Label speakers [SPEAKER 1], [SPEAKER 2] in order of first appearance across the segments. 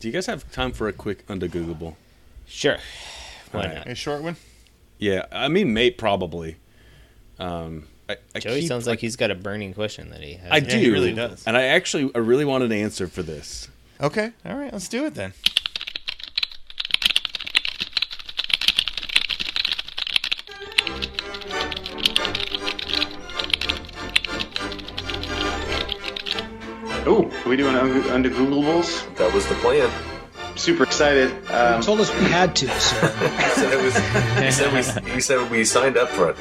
[SPEAKER 1] Do you guys have time for a quick undergoogleable?
[SPEAKER 2] Sure.
[SPEAKER 1] All
[SPEAKER 2] Why
[SPEAKER 1] right.
[SPEAKER 2] not?
[SPEAKER 3] A short one.
[SPEAKER 1] Yeah, I mean, mate, probably. Um, I, I
[SPEAKER 2] Joey
[SPEAKER 1] keep-
[SPEAKER 2] sounds like he's got a burning question that he has.
[SPEAKER 1] I
[SPEAKER 3] Yeah,
[SPEAKER 1] do.
[SPEAKER 3] he really does.
[SPEAKER 1] And I actually, I really want an answer for this.
[SPEAKER 3] Okay. All right. Let's do it then.
[SPEAKER 4] Oh, are we doing un- under Googleables?
[SPEAKER 5] That was the plan.
[SPEAKER 4] Super excited. Um,
[SPEAKER 6] told us we had to, so
[SPEAKER 5] He said it was. he said we. He said we signed up for it.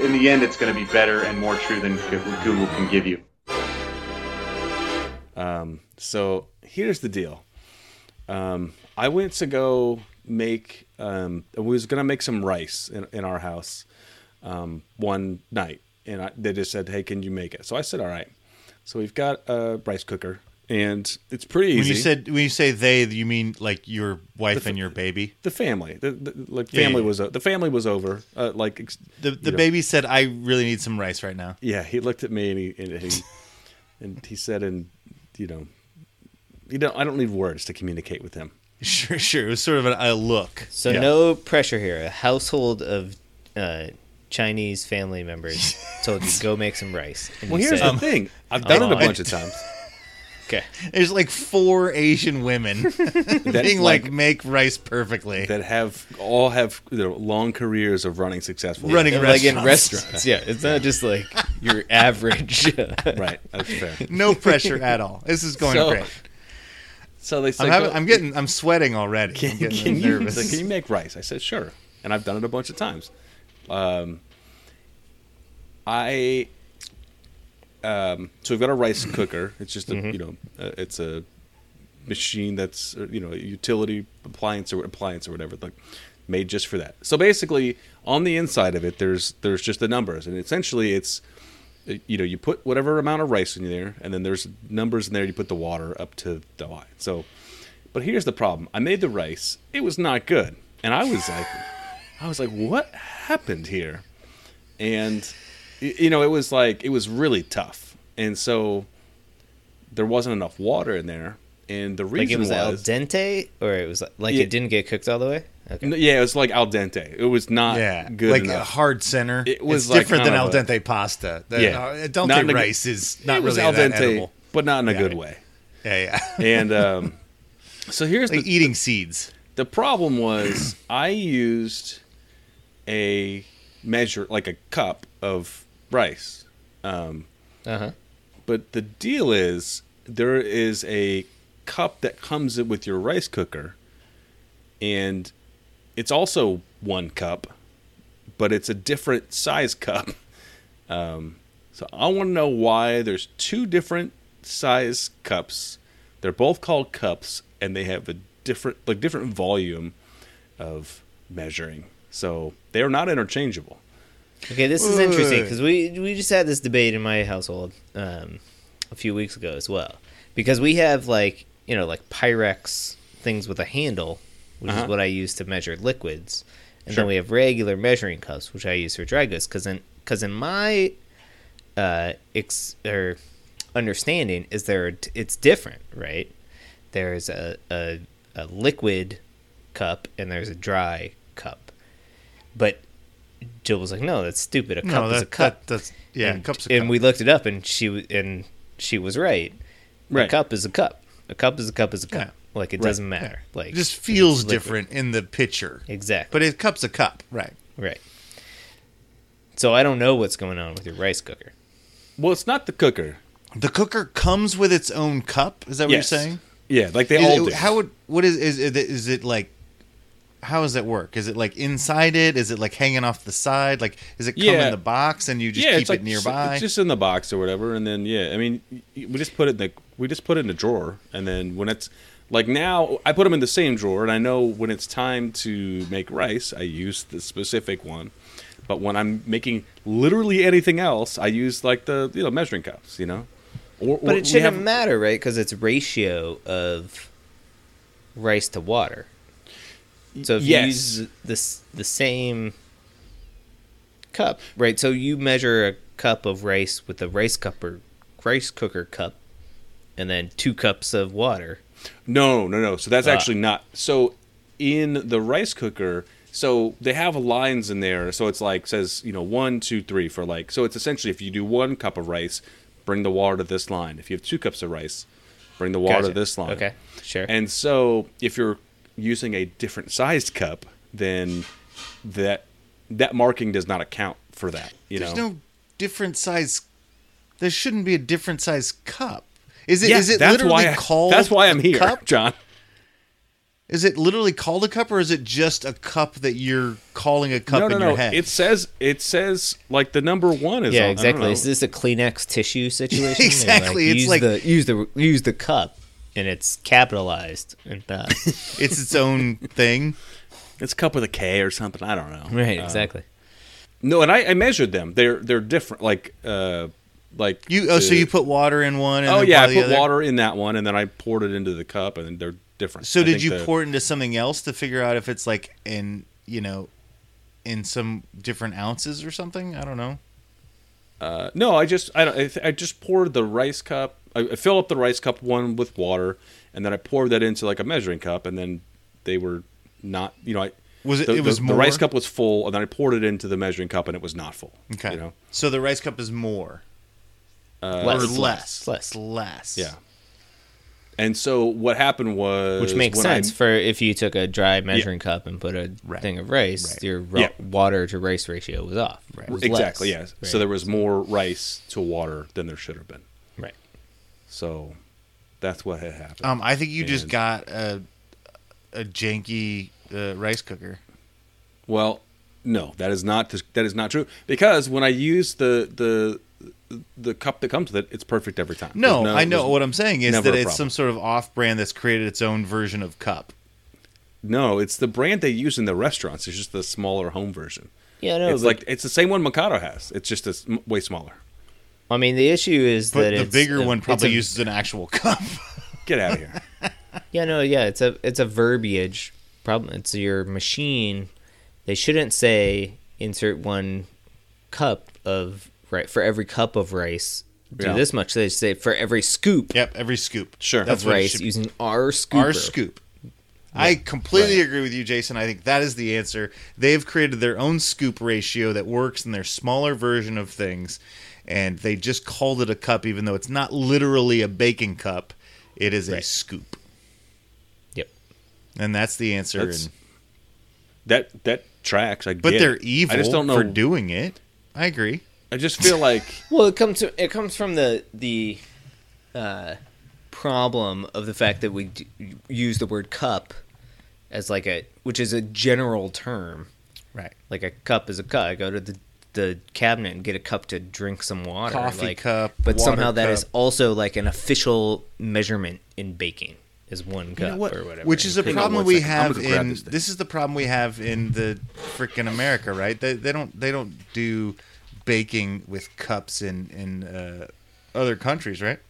[SPEAKER 4] in the end, it's going to be better and more true than Go- Google can give you.
[SPEAKER 1] Um, so here's the deal. Um, I went to go make. Um, I was gonna make some rice in, in our house um, one night, and I, they just said, "Hey, can you make it?" So I said, "All right." So we've got a rice cooker, and it's pretty easy.
[SPEAKER 3] When you said when you say they, you mean like your wife and your baby.
[SPEAKER 1] the family, the, the like
[SPEAKER 3] Yeah, yeah,
[SPEAKER 1] family
[SPEAKER 3] yeah.
[SPEAKER 1] was o- the family was over. Uh, like ex-
[SPEAKER 3] The the
[SPEAKER 1] know.
[SPEAKER 3] baby said, "I really need some rice right now."
[SPEAKER 1] yeah, he looked at me and he and he, and he said, and you know, you know, I don't need words to communicate with him.
[SPEAKER 3] Sure, sure. It was sort of an, a look.
[SPEAKER 2] So no pressure here. A household of uh, Chinese family members told you go make some rice. And
[SPEAKER 1] Well,
[SPEAKER 2] you
[SPEAKER 1] here's
[SPEAKER 2] said,
[SPEAKER 1] the thing. I've done it a
[SPEAKER 2] on.
[SPEAKER 1] bunch of times.
[SPEAKER 2] okay.
[SPEAKER 3] There's like four Asian women
[SPEAKER 1] That,
[SPEAKER 3] being like, make rice perfectly.
[SPEAKER 1] that have all have you know, long careers of running successful.
[SPEAKER 3] Running
[SPEAKER 1] Yeah,
[SPEAKER 2] Like in
[SPEAKER 3] restaurants.
[SPEAKER 2] restaurants, yeah. It's not just like your average. uh,
[SPEAKER 1] right. That's fair.
[SPEAKER 3] No pressure at all. This is going
[SPEAKER 1] So-
[SPEAKER 3] great.
[SPEAKER 1] So they said,
[SPEAKER 3] I'm, having,
[SPEAKER 1] "Go-
[SPEAKER 3] I'm getting, I'm sweating already. I'm
[SPEAKER 1] Can,
[SPEAKER 3] getting
[SPEAKER 1] can you,
[SPEAKER 3] nervous.
[SPEAKER 1] like, can you make rice? I said, sure. And I've done it a bunch of times. Um, I, um, so we've got a rice cooker. It's just a,
[SPEAKER 3] Mm-hmm.
[SPEAKER 1] you know, uh, it's a machine that's, uh, you know, a utility appliance or appliance or whatever, like made just for that. So basically on the inside of it, there's, there's just the numbers and essentially it's, uh, you know, you put whatever amount of rice in there, and then there's numbers in there. You put the water up to the line. So, but here's the problem: I made the rice. It was not good, and I was like, I was like, what happened here? And y- you know, it was like it was really tough, and so there wasn't enough water in there. And the reason
[SPEAKER 2] like it was, al
[SPEAKER 1] was-
[SPEAKER 2] dente, or it was like
[SPEAKER 1] Yeah.
[SPEAKER 2] it didn't get cooked all the way. Okay.
[SPEAKER 1] yeah, it was like al dente. It was not
[SPEAKER 3] yeah,
[SPEAKER 1] good
[SPEAKER 3] like uh, a
[SPEAKER 1] enough.
[SPEAKER 3] hard center.
[SPEAKER 1] It was
[SPEAKER 3] it's
[SPEAKER 1] like
[SPEAKER 3] different than
[SPEAKER 1] kind
[SPEAKER 3] al
[SPEAKER 1] of a-
[SPEAKER 3] dente pasta. The,
[SPEAKER 1] Yeah.
[SPEAKER 3] yeah, al dente
[SPEAKER 1] Not in a-
[SPEAKER 3] rice is not
[SPEAKER 1] it was
[SPEAKER 3] really
[SPEAKER 1] al
[SPEAKER 3] that
[SPEAKER 1] dente,
[SPEAKER 3] edible.
[SPEAKER 1] but not in a
[SPEAKER 3] Yeah.
[SPEAKER 1] good way.
[SPEAKER 3] Yeah, yeah.
[SPEAKER 1] And um, so here's
[SPEAKER 3] like
[SPEAKER 1] the
[SPEAKER 3] eating seeds.
[SPEAKER 1] the problem was I used a measure like a cup of rice. Um,
[SPEAKER 2] Uh huh.
[SPEAKER 1] but the deal is there is a cup that comes in with your rice cooker and it's also one cup, but it's a different size cup. Um, so I want to know why there's two different size cups. They're both called cups, and they have a different like different volume of measuring. So they are not interchangeable.
[SPEAKER 2] Okay, this is interesting
[SPEAKER 3] Wait.
[SPEAKER 2] because we we just had this debate in my household um, a few weeks ago as well because we have like you know like Pyrex things with a handle, which
[SPEAKER 1] Uh-huh.
[SPEAKER 2] is what I use to measure liquids, and
[SPEAKER 1] Sure.
[SPEAKER 2] then we have regular measuring cups, which I use for dry goods because in because in my uh, ex- or understanding is there it's different, right? There's a, a a liquid cup and there's a dry cup, but Jill was like, "No, that's stupid. A cup
[SPEAKER 3] no,
[SPEAKER 2] is a
[SPEAKER 3] that,
[SPEAKER 2] cup."
[SPEAKER 3] that that's yeah,
[SPEAKER 2] and,
[SPEAKER 3] cups. A
[SPEAKER 2] and
[SPEAKER 3] cup.
[SPEAKER 2] we looked it up, and she w- and she was right.
[SPEAKER 1] Right.
[SPEAKER 2] A cup is a cup. A cup is a cup is a cup. Like it
[SPEAKER 1] Right.
[SPEAKER 2] doesn't matter. Like
[SPEAKER 3] it just feels
[SPEAKER 2] liquid.
[SPEAKER 3] different in the picture.
[SPEAKER 2] exactly.
[SPEAKER 3] But a cup's a cup, right?
[SPEAKER 2] right. So I don't know what's going on with your rice cooker.
[SPEAKER 1] Well, it's not the cooker.
[SPEAKER 3] The cooker comes with its own cup. Is that what
[SPEAKER 1] Yes.
[SPEAKER 3] you're saying?
[SPEAKER 1] Yeah, like they
[SPEAKER 3] Is
[SPEAKER 1] all
[SPEAKER 3] it-
[SPEAKER 1] do.
[SPEAKER 3] How would what is is it, is it like? How does that work? Is it like inside it? Is it like hanging off the side? Like, is it come
[SPEAKER 1] Yeah.
[SPEAKER 3] in the box and you just keep it nearby?
[SPEAKER 1] It's just in the box or whatever, and then yeah, I mean, y- we just put it in the we just put it in the drawer, and then when it's like now, I put them in the same drawer, and I know when it's time to make rice, I use the specific one. But when I'm making literally anything else, I use like the you know measuring cups, you know. Or,
[SPEAKER 2] But
[SPEAKER 1] or
[SPEAKER 2] it
[SPEAKER 1] we
[SPEAKER 2] shouldn't
[SPEAKER 1] have-
[SPEAKER 2] matter, right? Because it's ratio of rice to water. So if
[SPEAKER 1] yes.
[SPEAKER 2] you use this the same cup, right? So you measure a cup of rice with a rice cupper rice cooker cup, and then two cups of water.
[SPEAKER 1] No, no, no. So that's actually not. So in the rice cooker, so they have lines in there. So it's like says you know one, two, three for like. So it's essentially if you do one cup of rice, bring the water to this line. If you have two cups of rice, bring the water
[SPEAKER 2] Gotcha.
[SPEAKER 1] to this line.
[SPEAKER 2] Okay, sure.
[SPEAKER 1] And so if you're using a different sized cup, then that that marking does not account for that. You
[SPEAKER 3] There's
[SPEAKER 1] know.
[SPEAKER 3] no different size. There shouldn't be a different size cup. Is it? Is
[SPEAKER 1] Yeah,
[SPEAKER 3] it
[SPEAKER 1] that's
[SPEAKER 3] literally
[SPEAKER 1] why I,
[SPEAKER 3] called?
[SPEAKER 1] That's why I'm
[SPEAKER 3] a
[SPEAKER 1] here,
[SPEAKER 3] Cup?
[SPEAKER 1] John.
[SPEAKER 3] Is it literally called a cup, or is it just a cup that you're calling a cup
[SPEAKER 1] no,
[SPEAKER 3] in
[SPEAKER 1] no,
[SPEAKER 3] your
[SPEAKER 1] no.
[SPEAKER 3] head?
[SPEAKER 1] It says it says like the number one is on- I
[SPEAKER 2] yeah,
[SPEAKER 1] don't
[SPEAKER 2] exactly.
[SPEAKER 1] know.
[SPEAKER 2] Is this a Kleenex tissue situation? They,
[SPEAKER 3] Exactly, it's
[SPEAKER 2] use
[SPEAKER 3] like-
[SPEAKER 2] the, use the use the cup, and it's capitalized and not
[SPEAKER 3] it's its own thing.
[SPEAKER 1] It's cup with a K or something. I don't know.
[SPEAKER 2] right. Exactly.
[SPEAKER 1] No, and I, I measured them. They're they're different. Like uh, like
[SPEAKER 3] You oh, so
[SPEAKER 1] the-
[SPEAKER 3] you put water in one? And
[SPEAKER 1] oh
[SPEAKER 3] then
[SPEAKER 1] yeah, I
[SPEAKER 3] probably
[SPEAKER 1] put
[SPEAKER 3] the other?
[SPEAKER 1] water in that one, and then I poured it into the cup, and they're different.
[SPEAKER 3] So
[SPEAKER 1] I
[SPEAKER 3] did
[SPEAKER 1] think
[SPEAKER 3] you
[SPEAKER 1] the-
[SPEAKER 3] pour it into something else to figure out if it's like in you know, in some different ounces or something? I don't know.
[SPEAKER 1] Uh, no, I just I don't. I, th- I just poured the rice cup. I, I fill up the rice cup one with water, and then I poured that into like a measuring cup, and then they were not. You know, I
[SPEAKER 3] Was it-
[SPEAKER 1] The,
[SPEAKER 3] it was
[SPEAKER 1] the, the rice
[SPEAKER 3] more?
[SPEAKER 1] cup was full, and then I poured it into the measuring cup, and it was not full.
[SPEAKER 3] Okay.
[SPEAKER 1] You know. Uh,
[SPEAKER 3] So the rice cup is more
[SPEAKER 2] less,
[SPEAKER 3] or uh, less?
[SPEAKER 2] less,
[SPEAKER 3] less.
[SPEAKER 1] Yeah. And so what happened was,
[SPEAKER 2] which makes
[SPEAKER 1] when I-
[SPEAKER 2] sense for if you took a dry measuring cup and put a
[SPEAKER 3] Right.
[SPEAKER 2] thing of rice,
[SPEAKER 3] Right.
[SPEAKER 2] your ro-
[SPEAKER 1] Yeah.
[SPEAKER 2] water to rice ratio was off. Right.
[SPEAKER 1] exactly, yes. So
[SPEAKER 2] Right.
[SPEAKER 1] there was more rice to water than there should have been.
[SPEAKER 2] right.
[SPEAKER 1] So that's what had happened.
[SPEAKER 3] Um, I think you just
[SPEAKER 1] And-
[SPEAKER 3] got a a janky uh, rice cooker.
[SPEAKER 1] Well, no, that is not that is not true because when I use the the the cup that comes with it, it's perfect every time.
[SPEAKER 3] No,
[SPEAKER 1] There's
[SPEAKER 3] I know
[SPEAKER 1] there's-
[SPEAKER 3] what I'm saying is
[SPEAKER 1] never
[SPEAKER 3] that
[SPEAKER 1] a
[SPEAKER 3] it's
[SPEAKER 1] problem.
[SPEAKER 3] some sort of off brand that's created its own version of cup.
[SPEAKER 1] No, it's the brand they use in the restaurants. It's just the smaller home version.
[SPEAKER 2] Yeah, no,
[SPEAKER 1] it's
[SPEAKER 2] but-
[SPEAKER 1] like it's the same one Mikado has. It's just a s- m- way smaller.
[SPEAKER 2] I mean, the issue is
[SPEAKER 3] But
[SPEAKER 2] that
[SPEAKER 3] the
[SPEAKER 2] it's
[SPEAKER 3] bigger
[SPEAKER 2] a-
[SPEAKER 3] one
[SPEAKER 2] it's
[SPEAKER 3] probably
[SPEAKER 2] a-
[SPEAKER 3] uses an actual cup.
[SPEAKER 1] Get out of here.
[SPEAKER 2] Yeah, no, yeah, it's a it's a verbiage problem. It's your machine. They shouldn't say insert one cup of right for every cup of rice. Do
[SPEAKER 1] Yeah.
[SPEAKER 2] this much. They say for every scoop
[SPEAKER 3] yep, every scoop.
[SPEAKER 1] Sure.
[SPEAKER 3] that's
[SPEAKER 2] of
[SPEAKER 3] what it
[SPEAKER 2] rice
[SPEAKER 3] should be.
[SPEAKER 2] using our scooper.
[SPEAKER 3] Our scoop. I completely agree with you, Jason. I think that is the answer. They've created their own scoop ratio that works in their smaller version of things, and they just called it a cup, even though it's not literally a baking cup. It is a scoop,
[SPEAKER 2] Yep.
[SPEAKER 3] and that's the answer.
[SPEAKER 1] That's-
[SPEAKER 3] and-
[SPEAKER 1] that that tracks. I
[SPEAKER 3] but
[SPEAKER 1] get
[SPEAKER 3] they're
[SPEAKER 1] it.
[SPEAKER 3] evil
[SPEAKER 1] I just don't know.
[SPEAKER 3] for doing it. I agree.
[SPEAKER 1] I just feel like
[SPEAKER 2] Well, it comes to, it comes from the the uh, problem of the fact that we d- use the word cup as like a which is a general term.
[SPEAKER 3] Right.
[SPEAKER 2] Like a cup is a cup. I go to the the cabinet and get a cup to drink some water.
[SPEAKER 3] Coffee
[SPEAKER 2] like-
[SPEAKER 3] cup,
[SPEAKER 2] But
[SPEAKER 3] water
[SPEAKER 2] somehow that is
[SPEAKER 3] cup.
[SPEAKER 2] also like an official measurement in baking is one cup or whatever.
[SPEAKER 3] Which is a
[SPEAKER 2] Could-
[SPEAKER 1] on
[SPEAKER 3] problem
[SPEAKER 1] one
[SPEAKER 3] we
[SPEAKER 1] second. I'm
[SPEAKER 3] have
[SPEAKER 1] gonna grab
[SPEAKER 3] in. This,
[SPEAKER 1] this thing.
[SPEAKER 3] is the problem we have in the frickin' America, right? They, they don't they don't do baking with cups in in uh, other countries, right?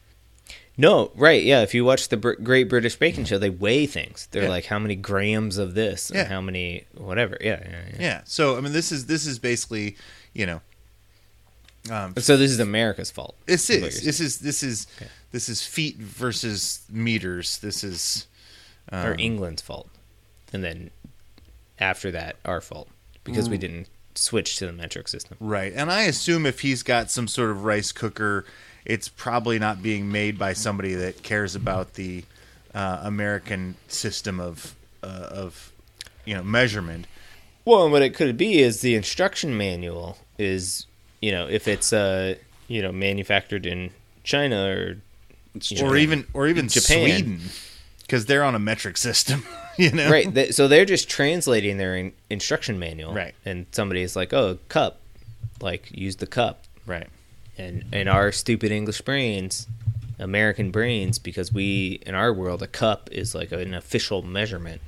[SPEAKER 2] No, right? Yeah. If you watch the Br- Great British Baking Show, they weigh things. They're
[SPEAKER 3] Yeah.
[SPEAKER 2] like how many grams of this
[SPEAKER 3] Yeah.
[SPEAKER 2] and how many whatever. Yeah. Yeah. yeah.
[SPEAKER 3] Yeah. So I mean, this is this is basically, you know,
[SPEAKER 2] So this is America's fault.
[SPEAKER 3] this
[SPEAKER 2] what
[SPEAKER 3] Um, is
[SPEAKER 2] you're
[SPEAKER 3] this is this is this is feet versus meters. This is
[SPEAKER 2] or
[SPEAKER 3] um,
[SPEAKER 2] England's fault, and then after that, our fault because
[SPEAKER 3] Mm.
[SPEAKER 2] we didn't switch to the metric system.
[SPEAKER 3] right. And I assume if he's got some sort of rice cooker, it's probably not being made by somebody that cares about the uh, American system of uh, of you know measurement.
[SPEAKER 2] Well, and what it could be is the instruction manual is, you know, if it's uh, you know, manufactured in China or
[SPEAKER 1] it's
[SPEAKER 2] you
[SPEAKER 1] true.
[SPEAKER 2] know,
[SPEAKER 3] or even or even
[SPEAKER 2] Japan.
[SPEAKER 3] Sweden because they're on a metric system. You know,
[SPEAKER 2] right. They, so they're just translating their in, instruction manual,
[SPEAKER 3] Right.
[SPEAKER 2] And somebody's like, "Oh, cup," like use the cup,
[SPEAKER 3] Right.
[SPEAKER 2] and and our stupid English brains, American brains, because we in our world a cup is like an official measurement.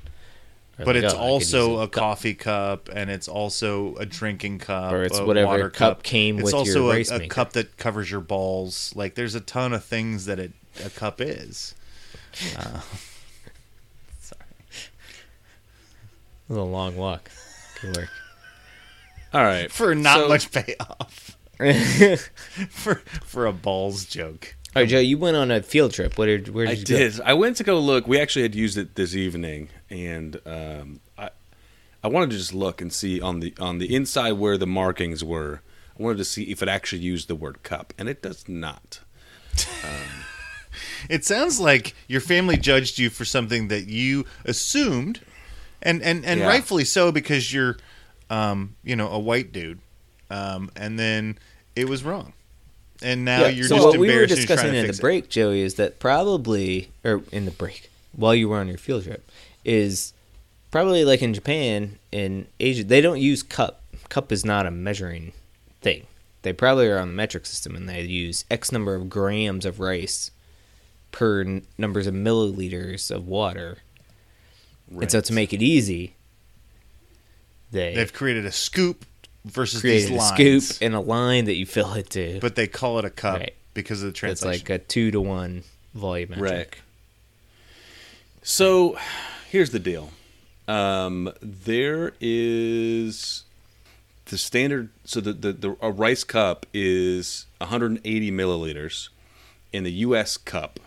[SPEAKER 2] Are
[SPEAKER 3] But
[SPEAKER 2] like,
[SPEAKER 3] it's
[SPEAKER 2] "Oh, I could
[SPEAKER 3] also
[SPEAKER 2] use
[SPEAKER 3] a coffee cup, and it's also a drinking cup,
[SPEAKER 2] Or it's
[SPEAKER 3] a
[SPEAKER 2] whatever
[SPEAKER 3] water
[SPEAKER 2] cup came
[SPEAKER 3] It's
[SPEAKER 2] with your
[SPEAKER 3] also a,
[SPEAKER 2] rice
[SPEAKER 3] a
[SPEAKER 2] maker.
[SPEAKER 3] cup that covers your balls. Like there's a ton of things that it, a cup is.
[SPEAKER 2] It was a long walk. Good work.
[SPEAKER 1] all right
[SPEAKER 3] For not
[SPEAKER 1] So-
[SPEAKER 3] much payoff. for for a balls joke.
[SPEAKER 2] All right, Joe, you went on a field trip. Where did where
[SPEAKER 1] I
[SPEAKER 2] did you go?
[SPEAKER 1] did. I went to go look. We actually had used it this evening, and um, I I wanted to just look and see on the on the inside where the markings were. I wanted to see if it actually used the word cup, and it does not.
[SPEAKER 3] It sounds like your family judged you for something that you assumed, and and and
[SPEAKER 1] Yeah.
[SPEAKER 3] rightfully so because you're, um, you know, a white dude, um, and then it was wrong, and now
[SPEAKER 2] Yeah,
[SPEAKER 3] you're
[SPEAKER 2] so
[SPEAKER 3] just
[SPEAKER 2] what we
[SPEAKER 3] embarrassed
[SPEAKER 2] were
[SPEAKER 3] and you're trying
[SPEAKER 2] discussing
[SPEAKER 3] to
[SPEAKER 2] in
[SPEAKER 3] fix
[SPEAKER 2] the
[SPEAKER 3] it.
[SPEAKER 2] break, Joey, is that probably or in the break while you were on your field trip is probably like in Japan in Asia they don't use cup. Cup is not a measuring thing. They probably are on the metric system and they use X number of grams of rice per n- numbers of milliliters of water. And so to make it easy, they
[SPEAKER 3] They've created a scoop versus
[SPEAKER 2] created
[SPEAKER 3] these
[SPEAKER 2] a
[SPEAKER 3] lines,
[SPEAKER 2] scoop and a line that you fill it to.
[SPEAKER 3] but they call it a cup
[SPEAKER 2] Right.
[SPEAKER 3] because of the
[SPEAKER 2] It's
[SPEAKER 3] translation.
[SPEAKER 2] like a two to one volumetric.
[SPEAKER 1] So, here's the deal. Um, there is the standard. So the, the the a rice cup is 180 milliliters, and the U.S. cup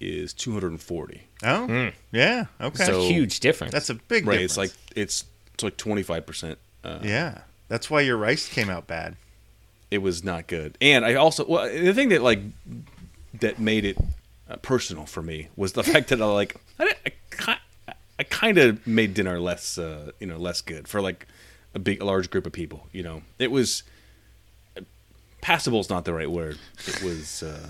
[SPEAKER 1] is 240.
[SPEAKER 3] oh,
[SPEAKER 2] hmm.
[SPEAKER 3] yeah, okay,
[SPEAKER 2] It's a huge difference.
[SPEAKER 3] that's a big
[SPEAKER 1] right,
[SPEAKER 3] difference.
[SPEAKER 1] it's like it's it's like 25 percent. Uh,
[SPEAKER 3] yeah, that's why your rice came out bad.
[SPEAKER 1] it was not good. And I also well, the thing that like that made it uh, personal for me was the fact that I like I didn't- I, ki- I kind of made dinner less uh, you know less good for like a big a large group of people. You know, it was uh, passable is not the right word. It was uh,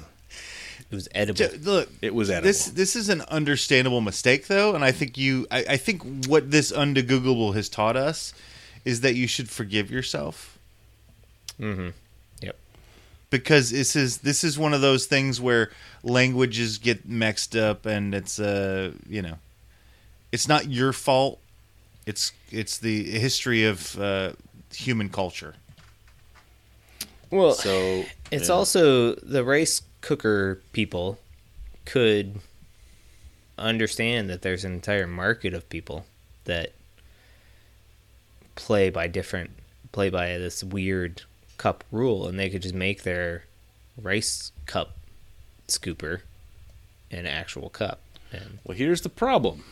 [SPEAKER 2] it was edible.
[SPEAKER 3] J- Look,
[SPEAKER 1] it was edible.
[SPEAKER 3] This this is an understandable mistake though, and I think you I, I think what this undegoogleable has taught us is that you should forgive yourself
[SPEAKER 1] Mm-hmm.
[SPEAKER 2] yep.
[SPEAKER 3] because this is this is one of those things where languages get mixed up and it's uh you know it's not your fault it's it's the history of uh, human culture
[SPEAKER 2] Well,
[SPEAKER 1] so
[SPEAKER 2] it's also the rice cooker people could understand that there's an entire market of people that play by different play by this weird cup rule and they could just make their rice cup scooper an actual cup and
[SPEAKER 1] Well, here's the problem: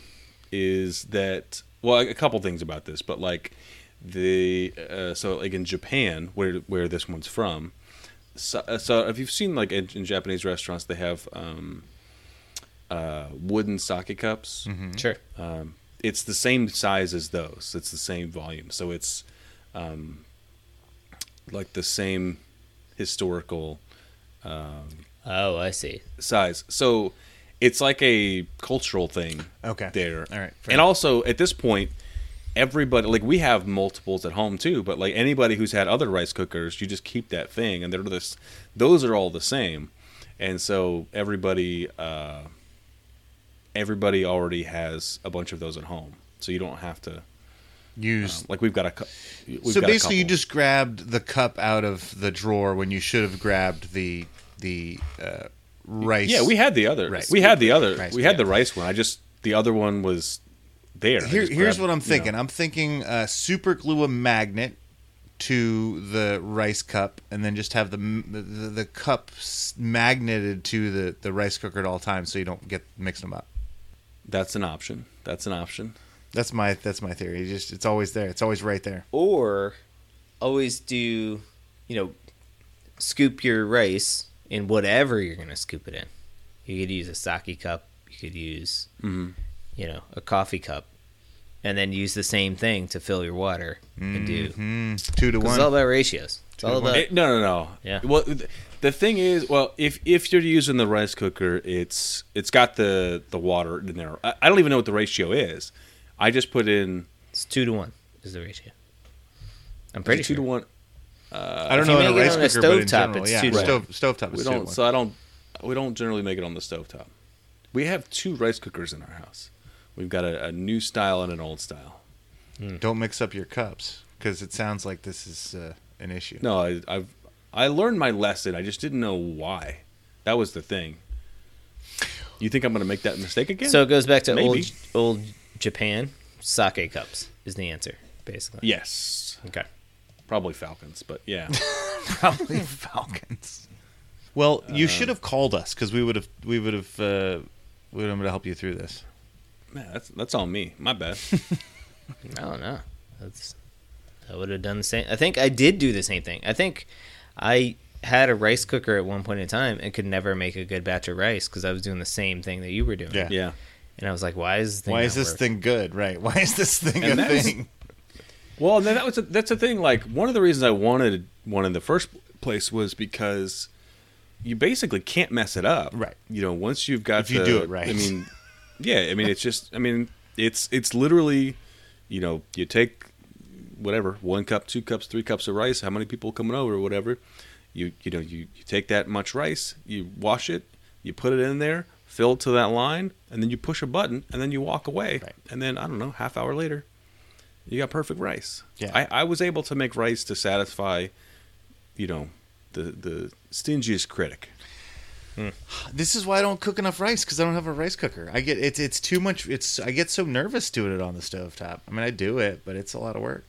[SPEAKER 1] is that well, a couple things about this, but like the uh, so like in Japan, where where this one's from, so, uh, so if you've seen like in, in Japanese restaurants, they have um, uh, wooden sake cups.
[SPEAKER 3] Mm-hmm.
[SPEAKER 2] sure
[SPEAKER 1] It's the same size as those. It's the same volume. So it's um, like the same historical
[SPEAKER 2] oh i see
[SPEAKER 1] size. So it's like a cultural thing.
[SPEAKER 3] Okay.
[SPEAKER 1] There.
[SPEAKER 3] All right. Fair
[SPEAKER 1] And also at this point, everybody like we have multiples at home too, but like anybody who's had other rice cookers, you just keep that thing, and they're this. Those are all the same, and so everybody uh, everybody already has a bunch of those at home, so you don't have to.
[SPEAKER 3] use
[SPEAKER 1] Like we've got a. cou- We've
[SPEAKER 3] so
[SPEAKER 1] got a
[SPEAKER 3] basically you
[SPEAKER 1] couple.
[SPEAKER 3] just grabbed the cup out of the drawer when you should have grabbed the the uh, rice
[SPEAKER 1] Yeah, we had the other.
[SPEAKER 3] Right.
[SPEAKER 1] We had the other.
[SPEAKER 3] Rice,
[SPEAKER 1] we had
[SPEAKER 3] yeah.
[SPEAKER 1] the rice one. I just the other one was there. I
[SPEAKER 3] Here,
[SPEAKER 1] just
[SPEAKER 3] here's
[SPEAKER 1] grabbed-
[SPEAKER 3] what
[SPEAKER 1] you
[SPEAKER 3] I'm
[SPEAKER 1] know.
[SPEAKER 3] thinking. I'm thinking uh, super glue a magnet to the rice cup, and then just have the m- the, the cup s- magneted to the, the rice cooker at all times, so you don't get mix them up.
[SPEAKER 1] That's an option. That's an option.
[SPEAKER 3] That's my that's my theory. It's just it's always there. It's always right there.
[SPEAKER 2] or always do you know scoop your rice in whatever you're gonna scoop it in you could use a sake cup you could use
[SPEAKER 1] Mm-hmm.
[SPEAKER 2] you know a coffee cup and then use the same thing to fill your water and do
[SPEAKER 1] Mm-hmm.
[SPEAKER 2] 'Cause
[SPEAKER 3] Mm, two to
[SPEAKER 2] it's all
[SPEAKER 3] one.
[SPEAKER 2] about ratios it's all about
[SPEAKER 1] It- no, no, no.
[SPEAKER 2] Yeah.
[SPEAKER 1] Well, th- the thing is, well, if if you're using the rice cooker, it's it's got the the water in there. I, I don't even know what the ratio is. I just put in
[SPEAKER 2] it's two to one is the ratio i'm
[SPEAKER 1] is
[SPEAKER 2] pretty
[SPEAKER 1] it two
[SPEAKER 2] sure
[SPEAKER 1] to one.
[SPEAKER 3] I don't
[SPEAKER 2] if you
[SPEAKER 3] know in a
[SPEAKER 2] make it
[SPEAKER 3] rice
[SPEAKER 2] on a
[SPEAKER 3] cooker, but in
[SPEAKER 2] stovetop,
[SPEAKER 3] general,
[SPEAKER 2] it's
[SPEAKER 3] yeah,
[SPEAKER 2] two to
[SPEAKER 3] stove stovetop
[SPEAKER 1] We
[SPEAKER 3] is two to
[SPEAKER 1] don't.
[SPEAKER 3] one.
[SPEAKER 1] So I don't. We don't generally make it on the stovetop. We have two rice cookers in our house. We've got a, a new style and an old style.
[SPEAKER 3] Don't mix up your cups because it sounds like this is uh, an issue.
[SPEAKER 1] No, I, I've I learned my lesson. I just didn't know why. That was the thing. You think I'm going to make that mistake again?
[SPEAKER 2] so it goes back to old
[SPEAKER 1] Maybe.
[SPEAKER 2] old japan sake cups is the answer basically
[SPEAKER 1] yes,
[SPEAKER 2] okay
[SPEAKER 1] probably Falcons, but yeah.
[SPEAKER 3] probably Falcons. Well,
[SPEAKER 1] Uh,
[SPEAKER 3] you should have called us because we would have we would have uh, we would have been able to help you through this.
[SPEAKER 1] Man, that's that's on me. My bad.
[SPEAKER 2] I don't know. That's I would have done the same. I think I did do the same thing. I think I had a rice cooker at one point in time and could never make a good batch of rice because I was doing the same thing that you were doing.
[SPEAKER 3] Yeah.
[SPEAKER 1] yeah.
[SPEAKER 2] And I was like, why is this thing
[SPEAKER 3] Why is
[SPEAKER 2] not
[SPEAKER 3] this
[SPEAKER 2] work?
[SPEAKER 3] thing good? Right? Why is this thing
[SPEAKER 1] And
[SPEAKER 3] a
[SPEAKER 1] that is-
[SPEAKER 3] thing?
[SPEAKER 1] Well, and then that was a, that's the thing. Like one of the reasons I wanted one in the first place was because you basically can't mess it up,
[SPEAKER 3] Right.
[SPEAKER 1] You know, once you've got
[SPEAKER 3] If you
[SPEAKER 1] the-
[SPEAKER 3] do it right.
[SPEAKER 1] I mean, yeah. I mean, it's just. I mean, it's it's literally, you know, you take whatever one cup, two cups, three cups of rice. How many people coming over or whatever? You you know you, you take that much rice, you wash it, you put it in there, fill it to that line, and then you push a button, and then you walk away,
[SPEAKER 3] Right.
[SPEAKER 1] and then I don't know, half hour later, you got perfect rice.
[SPEAKER 3] Yeah.
[SPEAKER 1] I, I was able to make rice to satisfy, you know, the the stingiest critic.
[SPEAKER 3] this is why I don't cook enough rice because I don't have a rice cooker. I get it's it's too much. It's I get so nervous doing it on the stovetop. I mean, I do it, but it's a lot of work.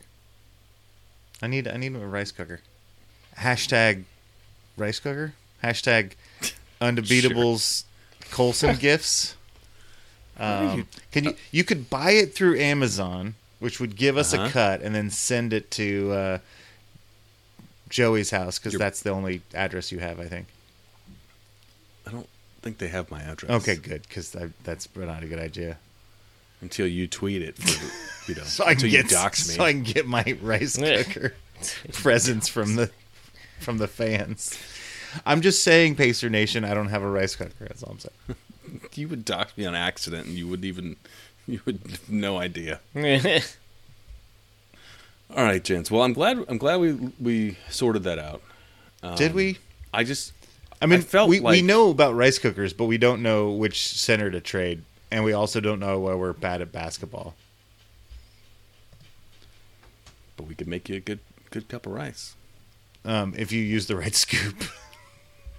[SPEAKER 3] I need I need a rice cooker. Hashtag rice cooker. Hashtag undebeatables Colson gifts. Um, can
[SPEAKER 1] uh
[SPEAKER 3] you you could buy it through Amazon, which would give us a
[SPEAKER 1] Uh-huh.
[SPEAKER 3] cut, and then send it to uh, Joey's house because
[SPEAKER 1] Your-
[SPEAKER 3] that's the only address you have, I think.
[SPEAKER 1] I don't think they have my address.
[SPEAKER 3] Okay, good, because that's not a good idea.
[SPEAKER 1] Until you tweet it, for, you know,
[SPEAKER 3] So I can
[SPEAKER 1] until
[SPEAKER 3] get
[SPEAKER 1] you dox me.
[SPEAKER 3] so I can get my rice
[SPEAKER 2] Yeah.
[SPEAKER 3] cooker presents from the from the fans. I'm just saying, Pacer Nation, I don't have a rice cooker. That's all I'm saying.
[SPEAKER 1] you would dox me on accident, and you wouldn't even you would have no idea. All right, gents. Well, I'm glad I'm glad we we sorted that out.
[SPEAKER 3] Did we?
[SPEAKER 1] Um, I just
[SPEAKER 3] I mean,
[SPEAKER 1] felt
[SPEAKER 3] we we
[SPEAKER 1] like-
[SPEAKER 3] know about rice cookers, but we don't know which center to trade, and we also don't know why we're bad at basketball.
[SPEAKER 1] but we could make you a good good cup of rice.
[SPEAKER 3] Um, if you use the right scoop,